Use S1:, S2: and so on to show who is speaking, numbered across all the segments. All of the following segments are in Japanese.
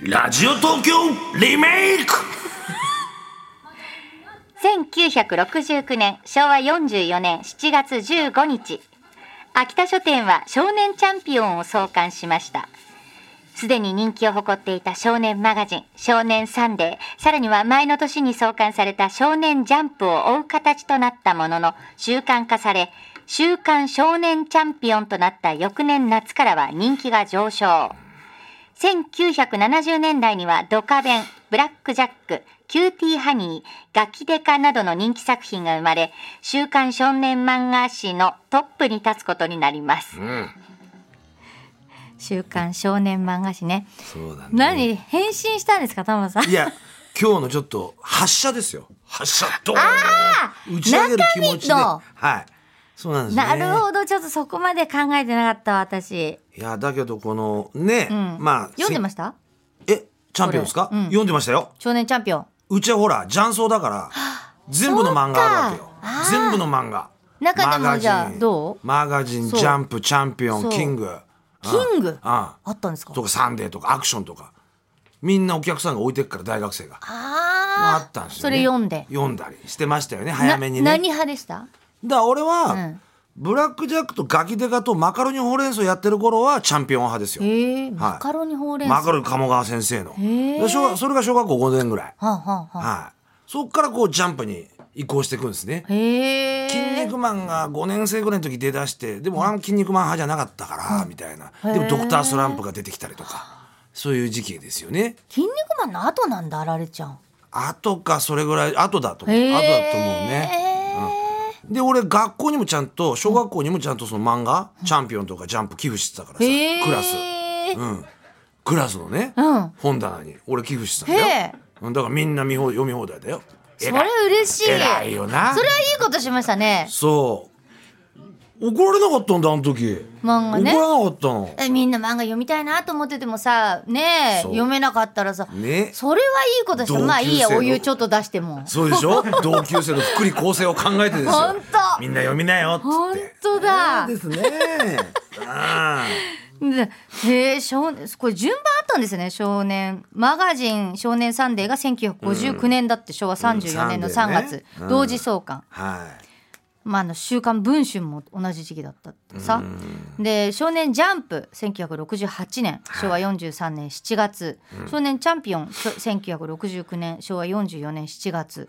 S1: ラジオ東京リメイク
S2: 1969年昭和44年7月15日秋田書店は少年チャンピオンを創刊しましたすでに人気を誇っていた少年マガジン「少年サンデー」さらには前の年に創刊された「少年ジャンプ」を追う形となったものの習慣化され「週刊少年チャンピオン」となった翌年夏からは人気が上昇1970年代にはドカベン、ブラックジャック、キューティーハニー、ガキデカなどの人気作品が生まれ、週刊少年漫画誌のトップに立つことになります。週刊少年漫画誌ね。
S1: そうだね
S2: 何変身したんですか、タマさん。
S3: いや今日のちょっと発射ですよ
S1: 発射と
S3: 打ち上げる気持ちで
S2: 中身の
S3: はいそうなんですね
S2: なるほど、ちょっとそこまで考えてなかったわ私。
S3: いやだけどこのね、
S2: うん。
S3: まあ
S2: 読んでま
S3: し
S2: した
S3: えチャンピオンですか、
S2: これうん
S3: 読んでましたよ
S2: 少年チャンピオン。
S3: うちはほら雀荘だから全部の漫画あるわけよ
S2: そうかあー
S3: 全部の漫画
S2: 中で
S3: マガ
S2: も
S3: ジン
S2: じゃあ、どう
S3: マガジンジ
S2: そう
S3: ャンプチャンピオン
S2: そう
S3: キング
S2: キング
S3: あ
S2: あったんですか
S3: とかサンデーとかアクションとかみんなお客さんが置いてくから大学生があ
S2: ああ。
S3: ったんですよ、ね、
S2: それ読んで。
S3: 読んだりしてましたよね早めに
S2: な
S3: ね
S2: 何派でした
S3: だから俺は、
S2: ん
S3: ブラックジャックとガキデカとマカロニほうれん草やってる頃はチャンピオン派ですよ、
S2: へえマカロニほうれん草、
S3: マカロニ鴨川先生の
S2: へえ
S3: で小学それが小学校5年ぐらい、
S2: はあはあはあ
S3: はい、そっからこうジャンプに移行していくんですね
S2: へえ
S3: 「筋肉マン」が5年生ぐらいの時出だしてでも俺は「筋肉マン」派じゃなかったからみたいなでも「ドクタースランプ」が出てきたりとかそういう時期ですよね
S2: 筋肉マンの後なんだあられちゃん
S3: 後かそれぐらい後だと思う
S2: へ
S3: 後だ
S2: え
S3: と思うねで俺学校にもちゃんと小学校にもちゃんとその漫画「チャンピオン」とか「ジャンプ」寄付してたからさ
S2: へえ
S3: クラスうんクラスのね
S2: うん
S3: 本棚に俺寄付してたんだよ
S2: へえ
S3: うんだからみんな見ほ読み放題だよ
S2: それ嬉しい
S3: 偉いよな
S2: それはいいことしましたね
S3: そう怒られなかったんだあの時
S2: 漫画ね
S3: 怒られなかったの
S2: えみんな漫画読みたいなと思っててもさねえ
S3: そう
S2: 読めなかったらさ、
S3: ね
S2: それはいいことした
S3: 同級生の
S2: まあいいやお湯ちょっと出しても
S3: そうでし ょ同級生の福利厚生を考えてですよ
S2: ほんと
S3: みんな読みなよっつ
S2: 本
S3: って
S2: 当だ、
S3: ですねあ
S2: でへえ少年これ順番あったんですよね少年マガジン「少年サンデー」が1959年だって、昭和34年の
S3: うんサン
S2: 3
S3: デーね
S2: 月、
S3: うん
S2: 同時創刊、
S3: あはい
S2: まあ、あの週刊文春も同じ時期だったってさ、で少年ジャンプ1968年昭和43年7月、少年チャンピオンきょ1969年昭和44年7月、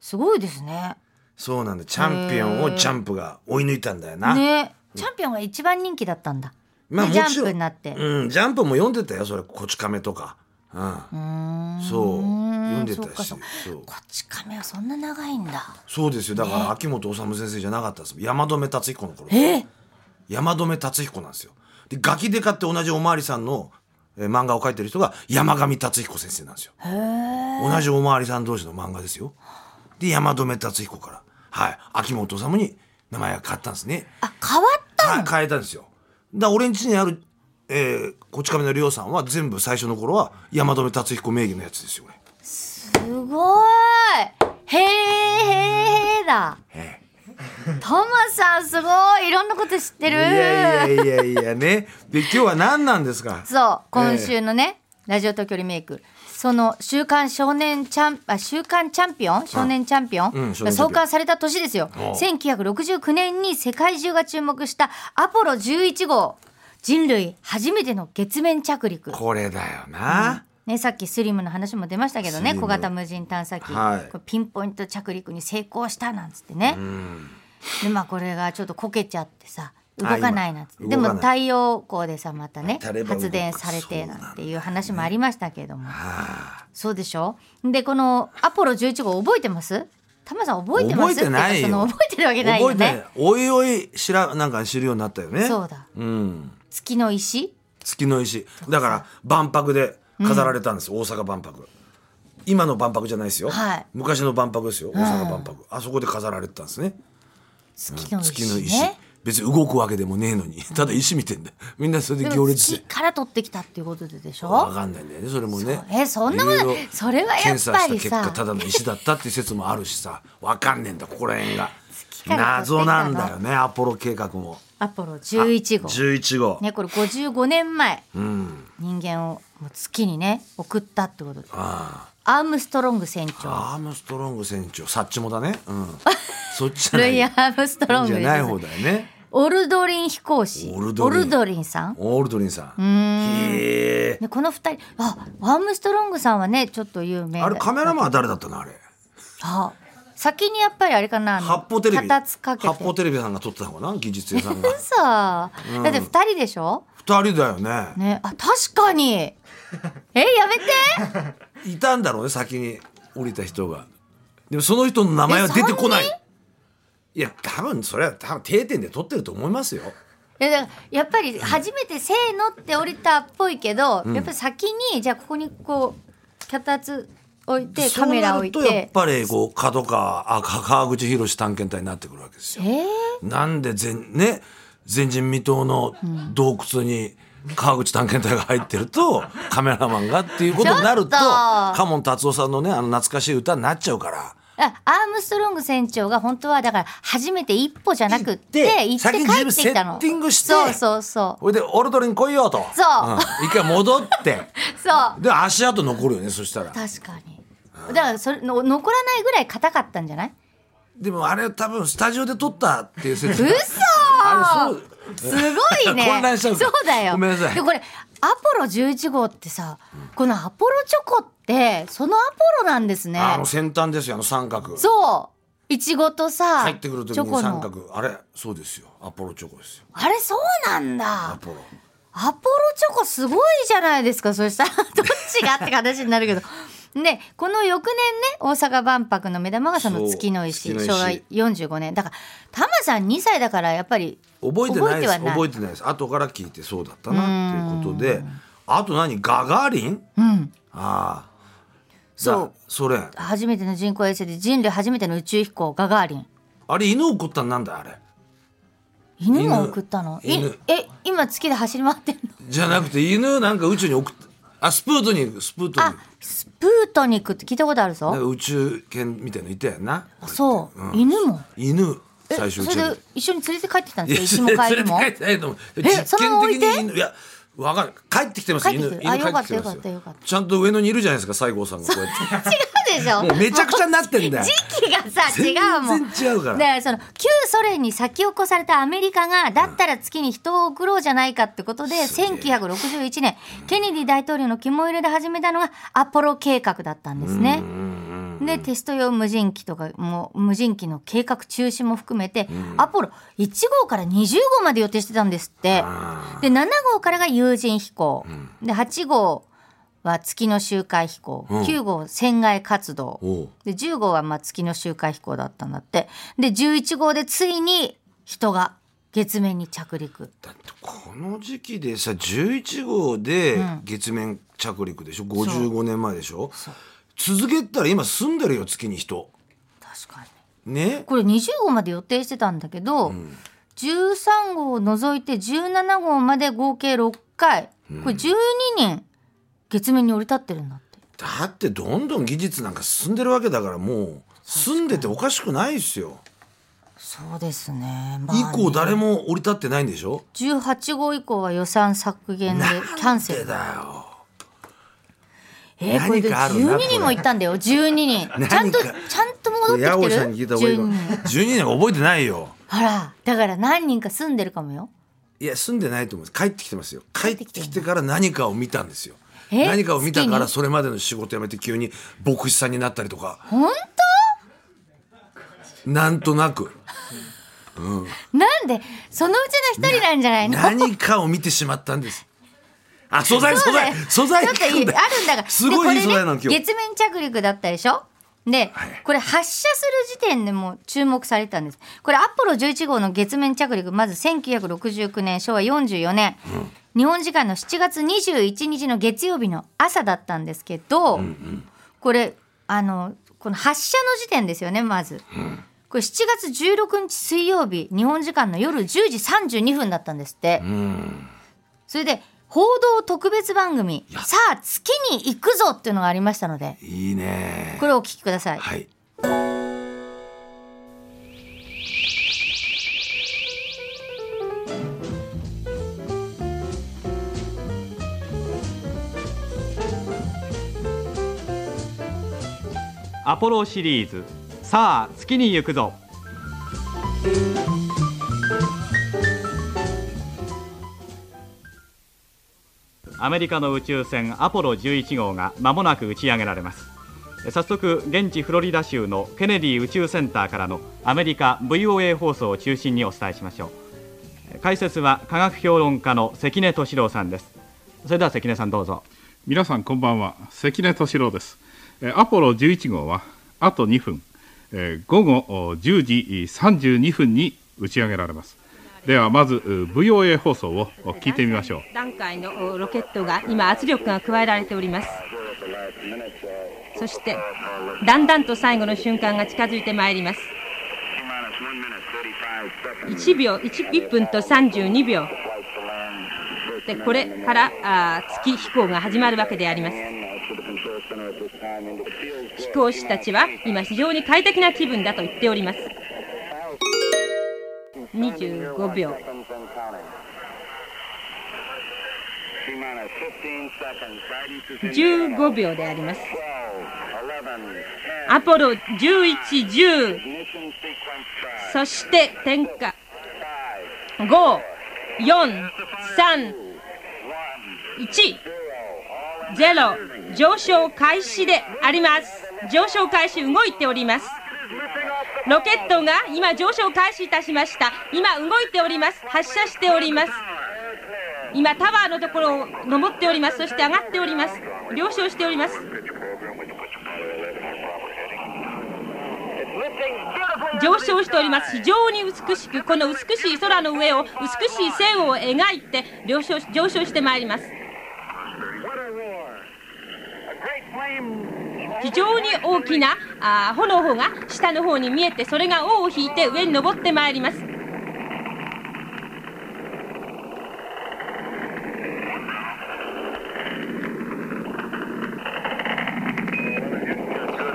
S2: すごいですね
S3: そうなんだチャンピオンをジャンプが追い抜いたんだよな、
S2: ねチャンピオンが一番人気だったんだ、
S3: まあ
S2: で
S3: も
S2: ジ
S3: ちろん
S2: ャンプになって、う
S3: うん、ジャンプも読んでたよそれ「こち亀」とか、うん、
S2: ーん
S3: そう読んで
S2: そったか
S3: し
S2: そっか
S3: そう
S2: こっち亀はそんな長いんだ
S3: そうですよだから秋元治先生じゃなかったです山留達彦の頃
S2: えー
S3: 山留達彦なんですよでガキデカって同じおまわりさんのえー漫画を描いてる人が山上達彦先生なんですよ同じおまわりさん同士の漫画ですよで山留達彦からはい秋元治に名前が変わったんですね
S2: あ変わった
S3: か変えたんですよだから俺ん家にある、えーこち亀のりょうさんは全部最初の頃は山留達彦名義のやつですよ俺
S2: すごいへーへーへーだ
S3: え
S2: トマさんすごいいろんなこと知って
S3: い
S2: る
S3: やいやいやいやねで今日は何なんですか
S2: そう今週のね、ラジオ東京リメイクその週刊少年チャンあ週刊チャンピオン少年チャンピオン
S3: うん少
S2: が
S3: 年チャンピオン
S2: 創刊された年ですよ
S3: おう
S2: 1969年に世界中が注目したアポロ11号人類初めての月面着陸
S3: これだよな、
S2: ね、さっきスリムの話も出ましたけど
S3: スリ
S2: ね
S3: ム
S2: 小型無人探査機、
S3: はい
S2: これピンポイント着陸に成功したなんつってね、でまあこれがちょっとこけちゃってさ動かないなんつって
S3: 今
S2: で
S3: 動かな
S2: も
S3: い
S2: 太陽光でさまたね
S3: 当たれば動く
S2: 発電されてなんていう話もありましたけれどもそうでしょでこのアポロ11号覚えてますタマさん覚えてます
S3: 覚えてないよ
S2: ってうかその覚えてるわけないよ
S3: 覚えて
S2: ね
S3: ないおいおい知らなんか知るようになったよね
S2: そうだ
S3: うん
S2: 月の石
S3: 月の石だから万博で飾られたんです、大阪万博今の万博じゃないですよ、
S2: はい
S3: 昔の万博ですよ大阪万博、あそこで飾られてたんですね
S2: 月の石、ね
S3: 月の石別に動くわけでもねえのにただ石見てんだよみんなそれ
S2: で
S3: で
S2: も
S3: 行列し
S2: 月
S3: て
S2: から取ってきたっていうことででしょ
S3: わかんないんだよねそれもね
S2: そうえそんなことな
S3: い
S2: い
S3: ろいろ
S2: それはやっぱり
S3: 検
S2: さ
S3: 査した結果ただの石だったっていう説もあるしさわかんねえんだここら辺が
S2: から
S3: 謎
S2: 取ってきた
S3: な
S2: の
S3: んだよねアポロ計画も
S2: アポロ11号。
S3: 11号
S2: ね、これ55年前。
S3: うん
S2: 人間をもう月にね送ったってことで
S3: あ
S2: アームストロング
S3: あ
S2: 船長
S3: アームストロング船長サッチモだねうん そっちじゃな
S2: ルイ・ア
S3: い
S2: ームストロング
S3: じゃ
S2: です
S3: ない方だよね
S2: オルドリン飛行士
S3: オルドリン
S2: ンさん
S3: オールドリンさんへえ
S2: でこの二人あアームストロングさんはねちょっと有名で
S3: あれカメラマンは誰だったのあれ
S2: あ先にやっぱりあれかなあの
S3: 八方テレビ
S2: 片つかけて
S3: 八方テレビさんが撮ってた方かな技術屋さん が
S2: 嘘だって二人でしょ
S3: 二人だよね
S2: ねあ確か にえやめて
S3: いたんだろうね先に降りた人がでもその人の名前は出てこないいや多分それは多分定点で撮ってると思いますよ
S2: いやだからやっぱり初めて「せーの」って降りたっぽいけど、やっぱり先にじゃあここにこう脚立置いてカメラ置い
S3: そうなるとやってぱりこう角川あか川口博士探検隊になってくるわけですよ
S2: えー、
S3: なんで全ね前人未到の洞窟に川口探検隊が入ってると、カメラマンがっていうことになると
S2: ちょっと
S3: カモン達夫さんのねあの懐かしい歌になっちゃうから。
S2: あアームストロング船長が本当はだから初めて一歩じゃなくって
S3: 行っ
S2: 行ってて
S3: 先に
S2: 帰
S3: 自分
S2: ってきたの
S3: セッティングして
S2: そうそうそう
S3: ほいでオルドリン来いよと
S2: そうん
S3: 一回戻って
S2: そう
S3: で足跡残るよねそしたら
S2: 確かにだからそれの残らないぐらい硬かったんじゃない
S3: でもあれ多分スタジオで撮ったっていう説
S2: 嘘
S3: あれそう
S2: すごいね
S3: 混乱しちゃうか
S2: そうだよ
S3: ごめんなさい
S2: でこれアポロ11号ってさこのアポロチョコってそのアポロなんですね
S3: あの先端ですよあの三角
S2: そういちごとさ
S3: 入ってくる時
S2: チョ
S3: に
S2: コ
S3: 三
S2: の
S3: 角あれそうですよアポロチョコですよ
S2: あれそうなん
S3: ア
S2: だ
S3: ポロ
S2: アポロチョコすごいじゃないですかそしたらどっちがって話になるけど ねこの翌年ね大阪万博の目玉がその月の石
S3: そう月
S2: 昭
S3: の
S2: 和
S3: 石
S2: 45年だからタマさん2歳だからやっぱり
S3: 覚えてないです
S2: は
S3: 覚えてないです後から聞いてそうだったなっていうことであと何ガガーリン
S2: うん
S3: ああ
S2: そう
S3: だソ連
S2: 初めての人工衛星で人類初めての宇宙飛行ガガーリン
S3: あれ犬を送ったのなんだあれ
S2: 犬が送ったのい
S3: 犬
S2: え今月で走り回ってんの
S3: じゃなくて犬なんか宇宙に送っあスプートニクスプートニ
S2: あ
S3: ク
S2: スプートニクって聞いたことある
S3: なん
S2: ぞ
S3: か宇宙犬みたいのいたやんな
S2: あそう、犬も
S3: 犬
S2: え
S3: 最初宇宙
S2: そ
S3: に
S2: れで一緒に連れて帰ってきたん
S3: い
S2: で
S3: や
S2: すか石も帰りも
S3: 連れて帰ってないと思う
S2: え
S3: 実
S2: そ
S3: 験
S2: のまま置
S3: 的
S2: いて
S3: に犬いやわかんない帰ってきてます
S2: 帰って
S3: 犬
S2: きて
S3: 犬
S2: る
S3: 帰
S2: あ
S3: ってきて
S2: よ
S3: ま
S2: かっ
S3: す
S2: たよ
S3: よ
S2: かった
S3: ちゃんと上野にいるじゃないですか西郷さんが こうやっ
S2: 違うでしょ
S3: てもうめちゃくちゃになってんだよ
S2: 時期がさ違
S3: 全然
S2: うもん
S3: 違うから
S2: だからその旧ソ連に先を越されたアメリカがだったら月に人を送ろうじゃないかってことで、1961年ケネディ大統領の肝入れで始めたのがアポロ計画だったんですね。でテスト用無人機とかもう無人機の計画中止も含めて、アポロ1号から20号まで予定してたんですって。で7号からが有人飛行、で8号は月の周回飛行、9号船外活動
S3: おう
S2: で10号はまあ月の周回飛行だったんだってで11号でついに人が月面に着陸
S3: だってこの時期でさ11号で月面着陸でしょ、55年前でしょ続けたら今住んでるよ月に人
S2: 確かに
S3: ね
S2: これ20号まで予定してたんだけど、13号を除いて17号まで合計6回これ12人月面に降り立ってるんだって
S3: だってどんどん技術なんか進んでるわけだからもう住んでておかしくないですよ
S2: そうですね,、ま
S3: 以降誰も降り立ってないんでしょ
S2: 18号以降は予算削減でキャンセル
S3: だよ
S2: えー、これで
S3: 何かあるな
S2: 12
S3: これ
S2: 人も行ったんだよ12人
S3: 何か
S2: ちゃんとちゃんと戻
S3: こ
S2: って
S3: れ
S2: き
S3: 八
S2: て
S3: 百
S2: る
S3: さんに聞いた方がいいか
S2: 12
S3: も
S2: 人
S3: 12年が覚えてないよ
S2: あらだから何人か住んでるかもよ
S3: いや住んでないと思うんです帰ってきてますよ帰ってきてから何かを見たんですよ
S2: え
S3: 何かを見たか
S2: 好き
S3: ら
S2: に
S3: それまでの仕事辞めて急に牧師さんになったりとか
S2: 本
S3: なんとなく
S2: 当なんでそのうちの一人なんじゃないの
S3: 何かを見てしまったんですあ素材素
S2: だ
S3: 材
S2: よ
S3: 素材
S2: ちょっといいあるんだから
S3: すごいいい
S2: でこ
S3: 素
S2: れ
S3: 材なの
S2: ね
S3: 今日
S2: 月面着陸だったでしょで、
S3: はい
S2: これ発射する時点でもう注目されてたんですこれアポロ11号の月面着陸まず1969年昭和44年、日本時間の7月21日の月曜日の朝だったんですけど、これあのこの発射の時点ですよねまず、これ7月16日水曜日日本時間の夜10時32分だったんですって、それで報道特別番組「さあ月に行くぞ!」っていうのがありましたので
S3: いいね
S2: これをお聞きください。
S3: はい
S4: アポロシリーズさあ月に行くぞアメリカの宇宙船アポロ11号が間もなく打ち上げられます早速現地フロリダ州のケネディ宇宙センターからのアメリカ VOA 放送を中心にお伝えしましょう解説は科学評論家の関根敏郎さんですそれでは関根さんどうぞ
S5: 皆さんこんばんは関根敏郎ですえーアポロ11号はあと2分、えー午後お10時32分に打ち上げられますではまずう VOA 放送をお聞いてみましょう
S6: 段階のおロケットが今圧力が加えられておりますそしてだんだんと最後の瞬間が近づいてまいります1秒 1, 1分と32秒でこれからあー月飛行が始まるわけであります飛行士たちは今非常に快適な気分だと言っております25秒15秒でありますアポロ1110そして点火5431ゼロ上昇開始であります上昇開始動いておりますロケットが今上昇開始いたしました今動いております発射しております今タワーのところを登っておりますそして上がっております了承しております上昇しております非常に美しくこの美しい空の上を美しい線を描いて了承し上昇してまいります非常に大きなあー炎が下の方に見えてそれが尾を引いて上に登ってまいります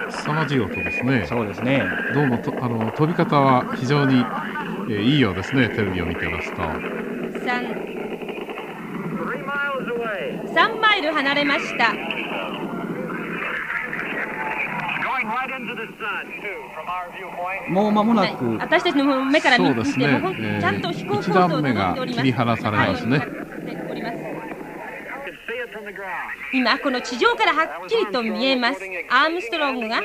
S5: 凄まじい音ですね
S4: そうですね
S5: どうもとあの飛び方は非常に、えーいいようですねテレビを見てますと
S6: 3 3マイル離れました
S4: もう間もな
S6: はい
S4: く
S6: 私たちの目から見
S5: そう
S6: 見
S5: です
S6: て
S5: ね
S6: も本当
S5: えー
S6: にちゃんと飛行
S5: 一
S6: 構
S5: 段
S6: 造
S5: 目が
S6: となっており
S5: 切り離されますね
S6: はいわかっております今この地上からはっきりと見えますアームストロングが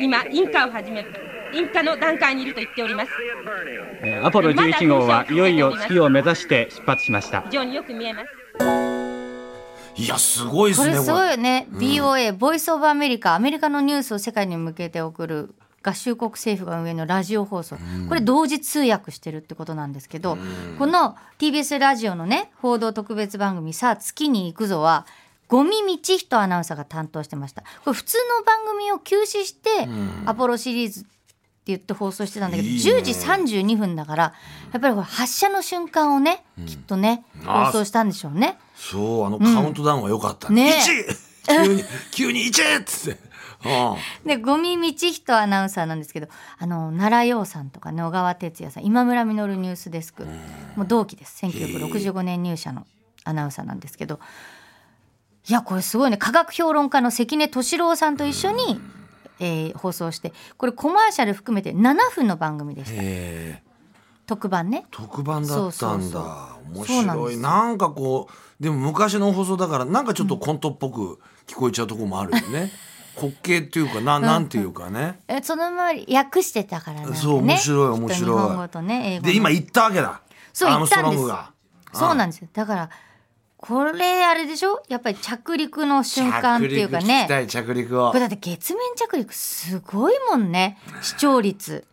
S6: 今インカを始めインカの段階にいると言っております
S4: えーアポロ11号はいよいよ月を目指して出発しました
S6: 非常によく見えます
S3: いや、すごいで
S2: こ
S3: すね、
S2: れ
S3: これ。
S2: すごいよね、BOA ボイスオブアメリカアメリカのニュースを世界に向けて送る合衆国政府が運営のラジオ放送、これ同時通訳してるってことなんですけど、この TBS ラジオのね報道特別番組「さあ月に行くぞ」は五味道人アナウンサーが担当してましたこれ普通の番組を休止して、アポロシリーズって言って放送してたんだけど
S3: いいね
S2: 10時32分だからやっぱりこれ発射の瞬間をね、きっとね
S3: あー
S2: 放送したんでしょうね。
S3: そう、あのカウントダウンは良かったね。
S2: ね
S3: 1! 急に、急に 1! っつって。うん
S2: で、ゴミ道人アナウンサーなんですけど、あの、奈良洋さんとかね、小川哲也さん、今村実ニュースデスク、もう同期です。1965年入社のアナウンサーなんですけど、いや、これすごいね、科学評論家の関根敏郎さんと一緒に、えー放送して、これコマーシャル含めて7分の番組でした。
S3: えー
S2: 特番ね。
S3: 特番だったん
S2: そうそう
S3: だ。面
S2: そうなん
S3: 白
S2: で
S3: い。
S2: す
S3: なんかこう、でも昔の放送だから、なんかちょっとコントっぽく聞こえちゃうとこもあるよ ね。滑稽っていうか、な、なんていうかね。
S2: えその周り訳してたからなんかね。
S3: そう面白い面白い
S2: きっと日本語とね、英語の
S3: で、今行ったわけだ。
S2: そう
S3: アームストロン
S2: 行
S3: グ
S2: った
S3: が。
S2: そうなんですよ。だから、これあれでしょやっぱり着陸の瞬間っていうか
S3: 着陸聞
S2: ね。
S3: きたい着陸を
S2: これ。だって月面着陸すごいもんね。視聴率。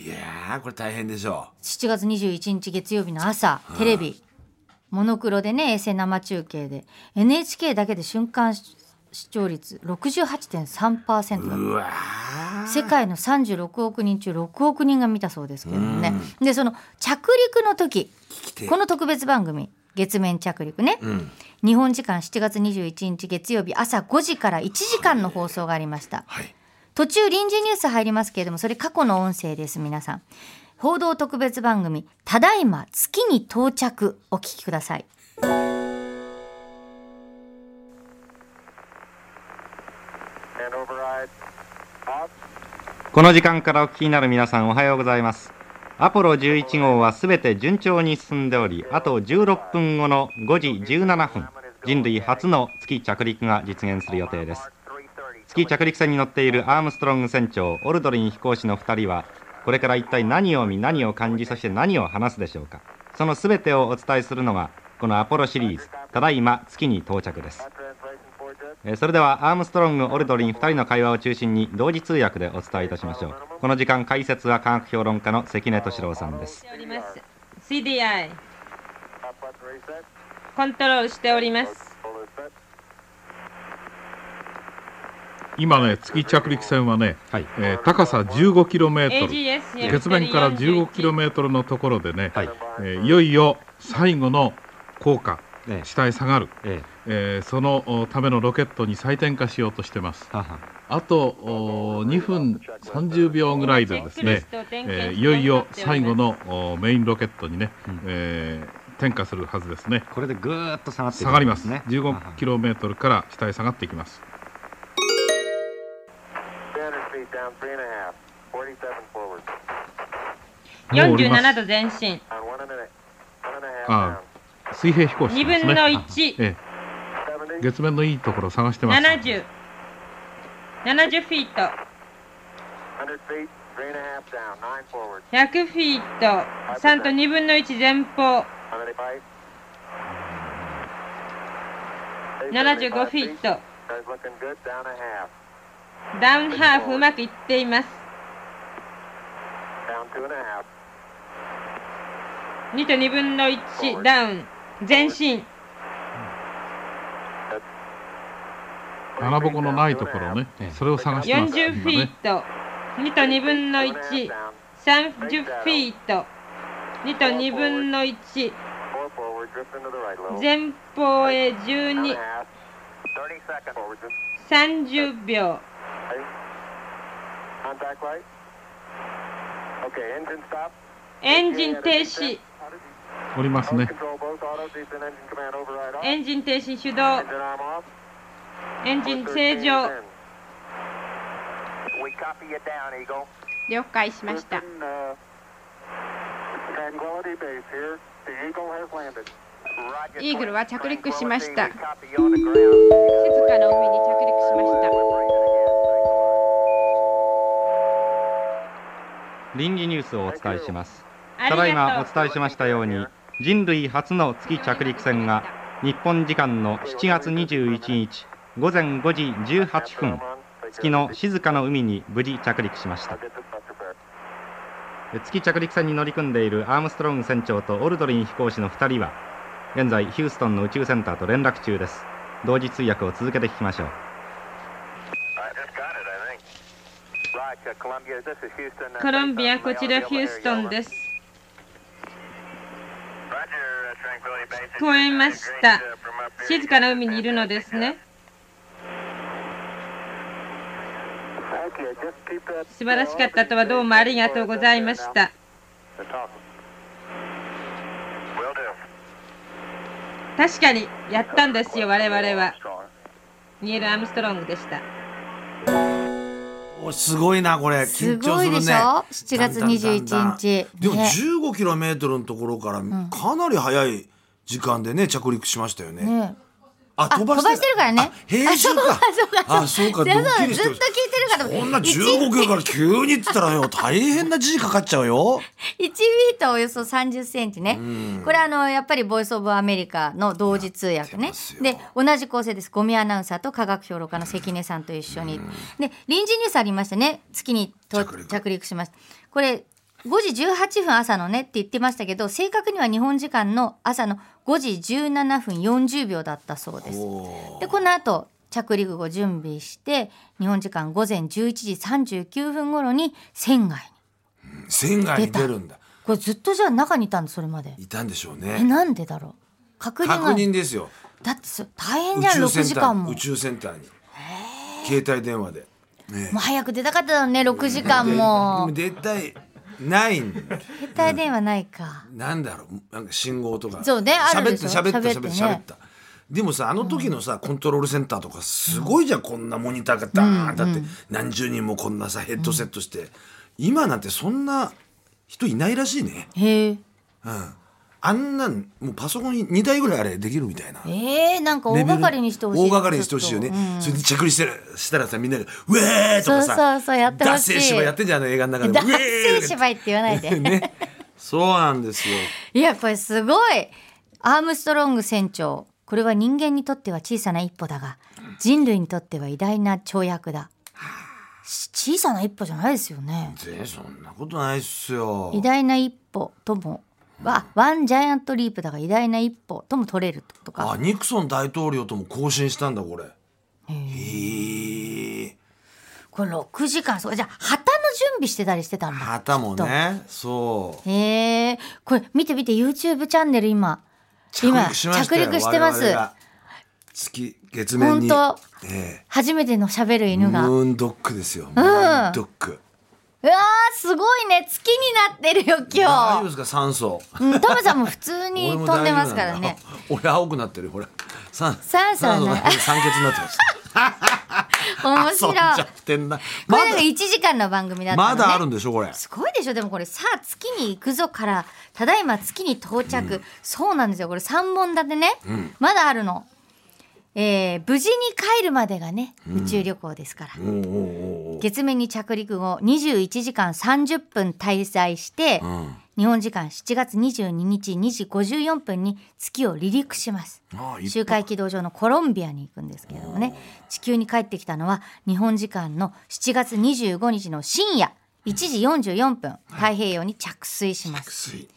S3: いやー、これ大変でしょ
S2: 7月21日月曜日の朝、テレビ。モノクロでね、衛星生中継で。NHK だけで瞬間視聴率68.3%だ
S3: う。うわ
S2: 世界の36億人中6億人が見たそうですけどもね。で、その着陸の時、
S3: て
S2: この特別番組、月面着陸ね、日本時間7月21日月曜日朝5時から1時間の放送がありました。
S3: はい。
S2: 途中臨時ニュース入りますけれども、それ過去の音声です、皆さん。報道特別番組、ただいま月に到着、お聞きください。
S7: And override. この時間からお聞きになる皆さんおはようございます。アポロ11号はすべて順調に進んでおり、あと16分後の5時17分、人類初の月着陸が実現する予定です。月着陸船に乗っているアームストロング船長、オルドリン飛行士の2人は、これから一体何を見、何を感じ、そして何を話すでしょうか。そのすべてをお伝えするのが、このアポロシリーズ、ただいま月に到着です。えーそれではアームストロング、オルドリン2人の会話を中心に同時通訳でお伝えいたしましょう。この時間解説は科学評論家の関根敏郎さんです。
S6: しております CDI コントロールしております
S5: 今ね、月着陸船はね、
S7: はい
S5: えー高さ15キロメートル。
S6: AGS
S5: 月面から
S6: 41
S5: 15キロメートルのところでね、
S7: はい
S5: えーいよいよ最後の降下、
S7: ええ
S5: 下へ下がる、
S7: え
S5: えーそのおためのロケットに再点火しようとしてます。
S7: えはは
S5: あとお2分30秒ぐらいでですね、えーいよいよ最後のおメインロケットにね、
S7: うん
S5: えー点火するはずですね。
S7: これでぐーっと下がっていく
S5: 下がります。
S7: ね。
S5: 15キロメートルから下へ下がっていきます。もう降ります
S6: 47度前進
S5: ああ水平飛行士
S6: 2
S5: です
S6: 分
S5: ね。
S6: の
S5: ええ月面のいいところ探してます。
S6: 17070フィート100フィート3と2分の1前方75フィートダウンハーフうまくいっています2と2分の1ダウン前進
S5: 穴ぼこのないところをね
S7: ええ、
S5: それを探してます。
S6: 40フ
S5: 今
S6: ィー
S5: ね
S6: ト2と2分の130フィート2と2分の1前方へ1230秒エンジン停止
S5: おりますね。
S6: エンジン停止手動エンジン正常了解しましたイーグルは着陸しました静かな海に着陸しました
S7: 臨時ニュースをお伝えします。
S6: あ
S7: ただ
S6: り
S7: いま
S6: が
S7: お
S6: とう
S7: 伝えしましたように、人類初の月着陸船が日本時間の7月21日午前5時18分、月の静かの海に無事着陸しました。月着陸船に乗り組んでいるアームストロング船長とオルドリン飛行士の2人は現在ヒューストンの宇宙センターと連絡中です同時通訳を続けて聞きましょう
S8: Columbia,
S6: コロンビアこちらヒューストンです聞こえました静かな海にいるのですね素晴らしかったとはどうもありがとうございました確かにやったんですよ我々はニエル・アームストロングでした
S3: おすごいなこれ
S2: す
S3: 緊張
S2: ご
S3: す
S2: い
S3: るね
S2: でしょ7月21日
S3: だんだんだんだんでも
S2: ね
S3: 15キロメートルのところからかなり早い時間でね着陸しましたよね、
S2: ね
S3: あ
S2: あ飛ばしてるからね
S3: あ編集かあそうか
S2: そうそう
S3: ドッキリし
S2: ずっと聞い
S3: て
S2: てるかと
S3: こん
S2: 思
S3: な
S2: っ
S3: 15
S2: て
S3: キロから急にって言ったらよ大変な時間かかっちゃうよ
S2: 1フィートおよそ30センチね。これあの、やっぱりボイスオブアメリカの同時通訳
S3: やって
S2: ね
S3: ます。よ
S2: で、同じ構成です。ゴミアナウンサーと科学評論家の関根さんと一緒に。で、臨時ニュースありましたね。月にと
S3: 着陸
S2: 着陸しました。これ、5時18分朝のねって言ってましたけど、正確には日本時間の朝の5時17分40秒だったそうです。でこの後着陸後準備して日本時間午前11時39分頃に船外に
S3: 船外に出るんだ
S2: これずっとじゃあ中にいたんだそれまで
S3: いたんでしょう
S2: え
S3: ね
S2: なんでだろう確認が
S3: 確認ですよ
S2: だってそ大変
S3: 宇
S2: じゃん
S3: 宙
S2: 6
S3: セ
S2: 時
S3: ンター
S2: 間
S3: に
S2: も
S3: 宇宙センターに携帯電話で
S2: もう早く出たかったのね6時間も
S3: ででも絶対ないん
S2: 携帯電話ないか
S3: なんだろうなんか信号とか
S2: そうねある
S3: 喋っ
S2: でしてょ
S3: 喋った
S2: 喋
S3: 喋
S2: って
S3: った
S2: ね
S3: 喋ったでもさあの時のさ、コントロールセンターとかすごいじゃん、こんなモニターがダーンだって、何十人もこんなさヘッドセットして、今なんてそんな人いないらしいね
S2: へえ
S3: あんなんもうパソコン2台ぐらいあれできるみたいな
S2: えー、なんか大掛かりにしてほしい
S3: 大掛かりにしてほしいよね、それで着陸してるしたらさみんなが「ウェー!」とかさ
S2: そうそうそうやってほしい
S3: 脱線芝居やってんじゃんあの映画の中で
S2: 脱
S3: も「ウェー!」
S2: 線芝居って言わない で
S3: ねそうなんですよ
S2: いややっぱりすごいアームストロング船長これは人間にとっては小さな一歩だが人類にとっては偉大な跳躍だし小さな一歩じゃないですよね
S3: でそんなことないっすよ
S2: 偉大な一歩ともわワンジャイアントリープだが偉大な一歩とも取れるとか
S3: あニクソン大統領とも交信したんだこれへえ
S2: これ6時間そうじゃあ旗の準備してたりしてたんだ
S3: 旗もねそ
S2: へえこれ見て見て YouTube チャンネル
S3: う
S2: 今今
S3: たよ
S2: 着陸してます
S3: 我々が月月面に
S2: 本当
S3: え
S2: 初めてのしゃべる
S3: え
S2: 犬
S3: ム
S2: がうわ
S3: ーンドックですよムーンドック
S2: ーすごいね月になってるよ
S3: 大丈夫
S2: 今
S3: ですか酸素
S2: 日、うん、トムさんも普通に
S3: 俺も
S2: 飛んでますからね
S3: 大丈夫なんだ俺青くなってるほら酸
S2: 酸素は
S3: の
S2: ない
S3: 酸欠になってます
S2: 面
S3: そ
S2: 白
S3: ん
S2: い
S3: じゃ不天な
S2: こ
S3: ま
S2: れなんか
S3: だ
S2: 1時間の番組だったの
S3: ま
S2: ね
S3: だあるんでしょこれ
S2: すごいでしょでもこれさあ月に行くぞからただいま月に到着、そうなんですよこれ3本立てね、まだあるの、えー無事に帰るまでがね宇宙旅行ですから、
S3: おうおうおうおう
S2: 月面に着陸後21時間30分滞在して、
S3: ん
S2: 日本時間7月22日2時54分に月を離陸します
S3: ああいっぱい
S2: 周回軌道上のコロンビアに行くんですけれどもね地球に帰ってきたのは日本時間の7月25日の深夜1時44分太平洋に着水します
S3: 薬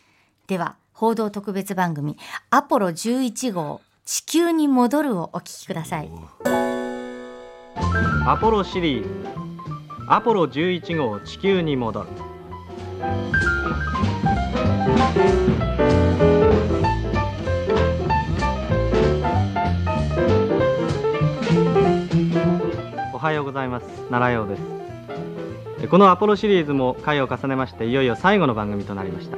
S2: では報道特別番組「アポロ11号地球に戻る」をお聞きください
S7: アポロシリーズアポロ11号地球に戻るおはようございます奈良陽ですえこのアポロシリーズも回を重ねましていよいよ最後の番組となりました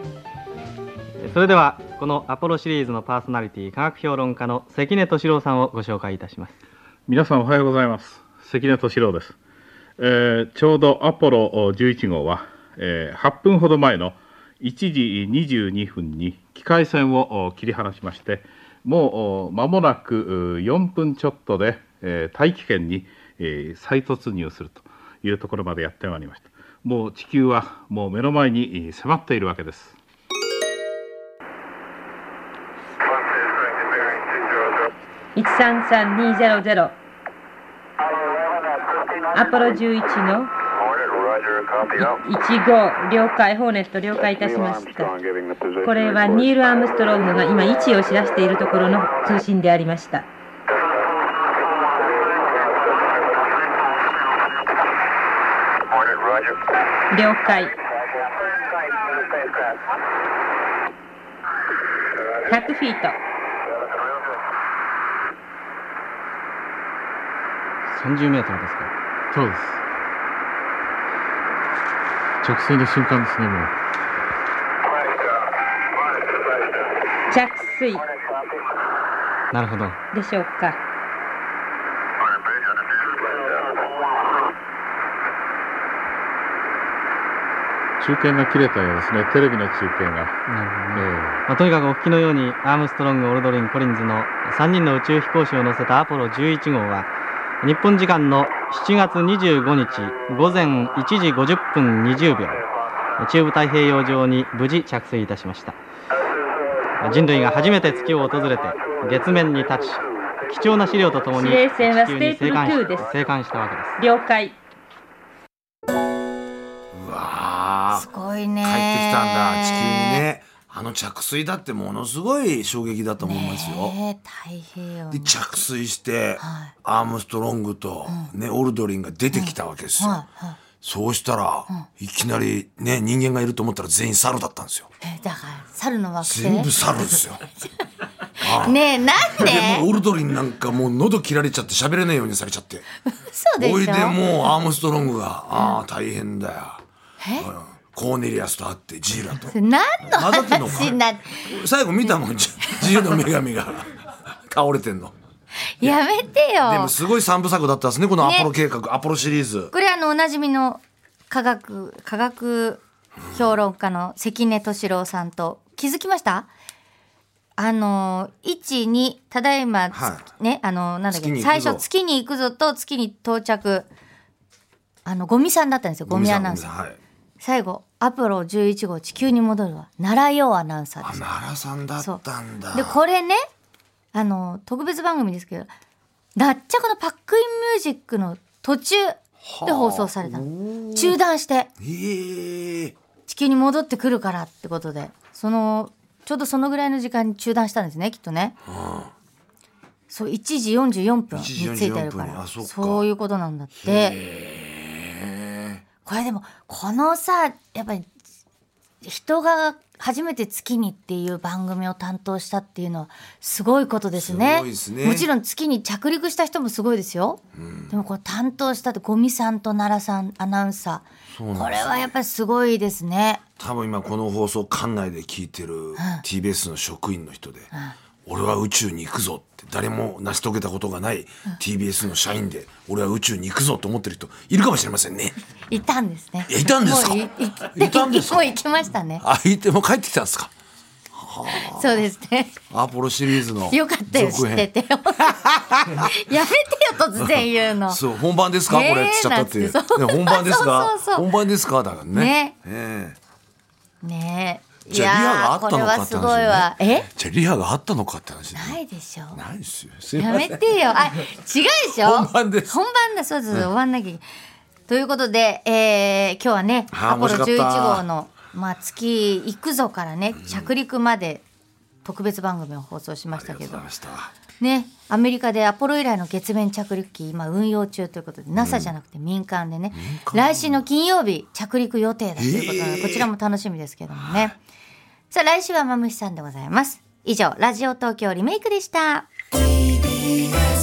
S7: えそれではこのアポロシリーズのパーソナリティ科学評論家の関根敏郎さんをご紹介いたします
S5: 皆さんおはようございます関根敏郎です、えーちょうどアポロ11号は、えー8分ほど前の1時22分に機械線をお切り離しましてもうお間もなくう4分ちょっとで、えー大気圏に、えー再突入するというところまでやってまいりましたもう地球はもう目の前にえー迫っているわけです
S6: 133200アポロ11の1号了解ホーネット了解いたしましたこれはニール・アームストロングが今位置を知らせているところの通信でありました了解100フィート
S7: 30メートルですか
S5: そうです直水の瞬間ですねもう
S6: 着水
S7: なるほど
S6: でしょうか
S5: 中継が切れたようですねテレビの中継が、
S7: なるほどね
S5: え
S7: まあ、とにかくお聞きのようにアームストロングオルドリンコリンズの3人の宇宙飛行士を乗せたアポロ11号は日本時間の7月25日午前1時50分20秒中部太平洋上に無事着水いたしました人類が初めて月を訪れて月面に立ち貴重な資料とともに
S6: 司令船は
S7: 地球に生還し
S6: ステープ2です
S7: 生還したわけです
S6: 了解
S3: うわー
S2: すごいね
S3: 帰ってきたんだ地球にねあの着水だってものすごい衝撃だと思いますよ、
S2: ねえ太平洋の
S3: で着水して、
S2: はい
S3: アームストロングと、ねオルドリンが出てきたわけですよ、
S2: はいはい
S3: そうしたら、いきなりね人間がいると思ったら全員猿だったんですよ
S2: えだから猿の惑
S3: 全部
S2: 星
S3: 猿です よ
S2: ねえなんで
S3: でもうオルドリンなんかもう喉切られちゃって喋れないようにされちゃって
S2: 嘘でしょ
S3: おいでもうアームストロングがああ大変だよ、
S2: え
S3: うんコーネリアスと会ってジーラと
S2: 何の
S3: 混ざってんのか
S2: 話になって
S3: 最後見たもんじゃ自由の女神が倒れてんの
S2: やめて
S3: でも
S2: よ
S3: すごい三部作だったんですねこのア
S2: ね
S3: ポロ計画、アポロシリーズ
S2: これあのおなじみの科学科学評論家の関根敏郎さんと気づきましたあの12ただいま、
S3: は
S2: ねあのなんだっ
S3: 月
S2: け
S3: に行く
S2: 最
S3: ぞ
S2: 初月に行くぞと月に到着あのゴミさんだったんですよゴミアナウンサー
S3: ゴミさんゴミさんはい
S2: 最後アポロ11号地球に戻るは奈良陽アナウンサー
S3: あ
S2: でした
S3: 奈良さんだったんだ
S2: でこれねあの特別番組ですけどなっちゃこのパックインミュージックの途中で放送されたの中断して
S3: えー
S2: 地球に戻ってくるからってことでそのちょうどそのぐらいの時間に中断したんですねきっとね、そう1時44分に
S3: 1
S2: つ
S3: 時
S2: いて
S3: 44
S2: るか
S3: 分に
S2: ら
S3: あそうか
S2: そういうことなんだってこれでもこのさやっぱり人が初めて月にっていう番組を担当したっていうのはすごいことですね
S3: すごいですね
S2: もちろん月に着陸した人もすごいですよ、でもこう担当したって五味さんと奈良さんアナウンサー、これはやっぱりすごいですね
S3: 多分今この放送館内で聞いてる TBS の職員の人で、俺は宇宙に行くぞって誰も成し遂げたことがない TBS の社員で俺は宇宙に行くぞと思ってる人いるかもしれませんね
S2: いたんですね。
S3: いやいたんですか
S2: もういい
S3: いたんですか
S2: もう行きましたね。
S3: 相手も帰ってきたんですか
S2: そうですね。
S3: アポロシリーズの
S2: よかったよ、知
S3: 続
S2: って
S3: 編
S2: て。や めてよ、突然言うの。
S3: そう本番ですか、
S2: ねえ
S3: これっつっちゃったっていう
S2: なんつってそう
S3: ね本番ですか
S2: そうそうそう
S3: 本番ですかだからね
S2: ね
S3: ええ
S2: ねえ。い
S3: じゃあリハがあ
S2: や
S3: っ
S2: ー、
S3: た
S2: これ
S3: のか
S2: は
S3: って話、
S2: す
S3: ね、
S2: ごいわ。え
S3: じゃあリハがあったのかって話ね
S2: ないでしょ。
S3: ないですよすいま
S2: や
S3: せん
S2: めてよ。あ、違うでしょ
S3: 本番です
S2: 本番だ、そうそうそう、終わんなきゃいけない。ということで、えー今日はね、
S3: はあ
S2: アポロ
S3: 面白かった
S2: 11号の、まあ、月行くぞからね、着陸まで特別番組を放送しました
S3: ありがとうご
S2: けど
S3: ざい。ました
S2: ね、アメリカでアポロ以来の月面着陸機今運用中ということで NASA じゃなくて民間でね、来週の金曜日着陸予定だということなので、こちらも楽しみですけどもねさあ来週はマムシさんでございます以上ラジオ東京リメイクでした
S8: TBS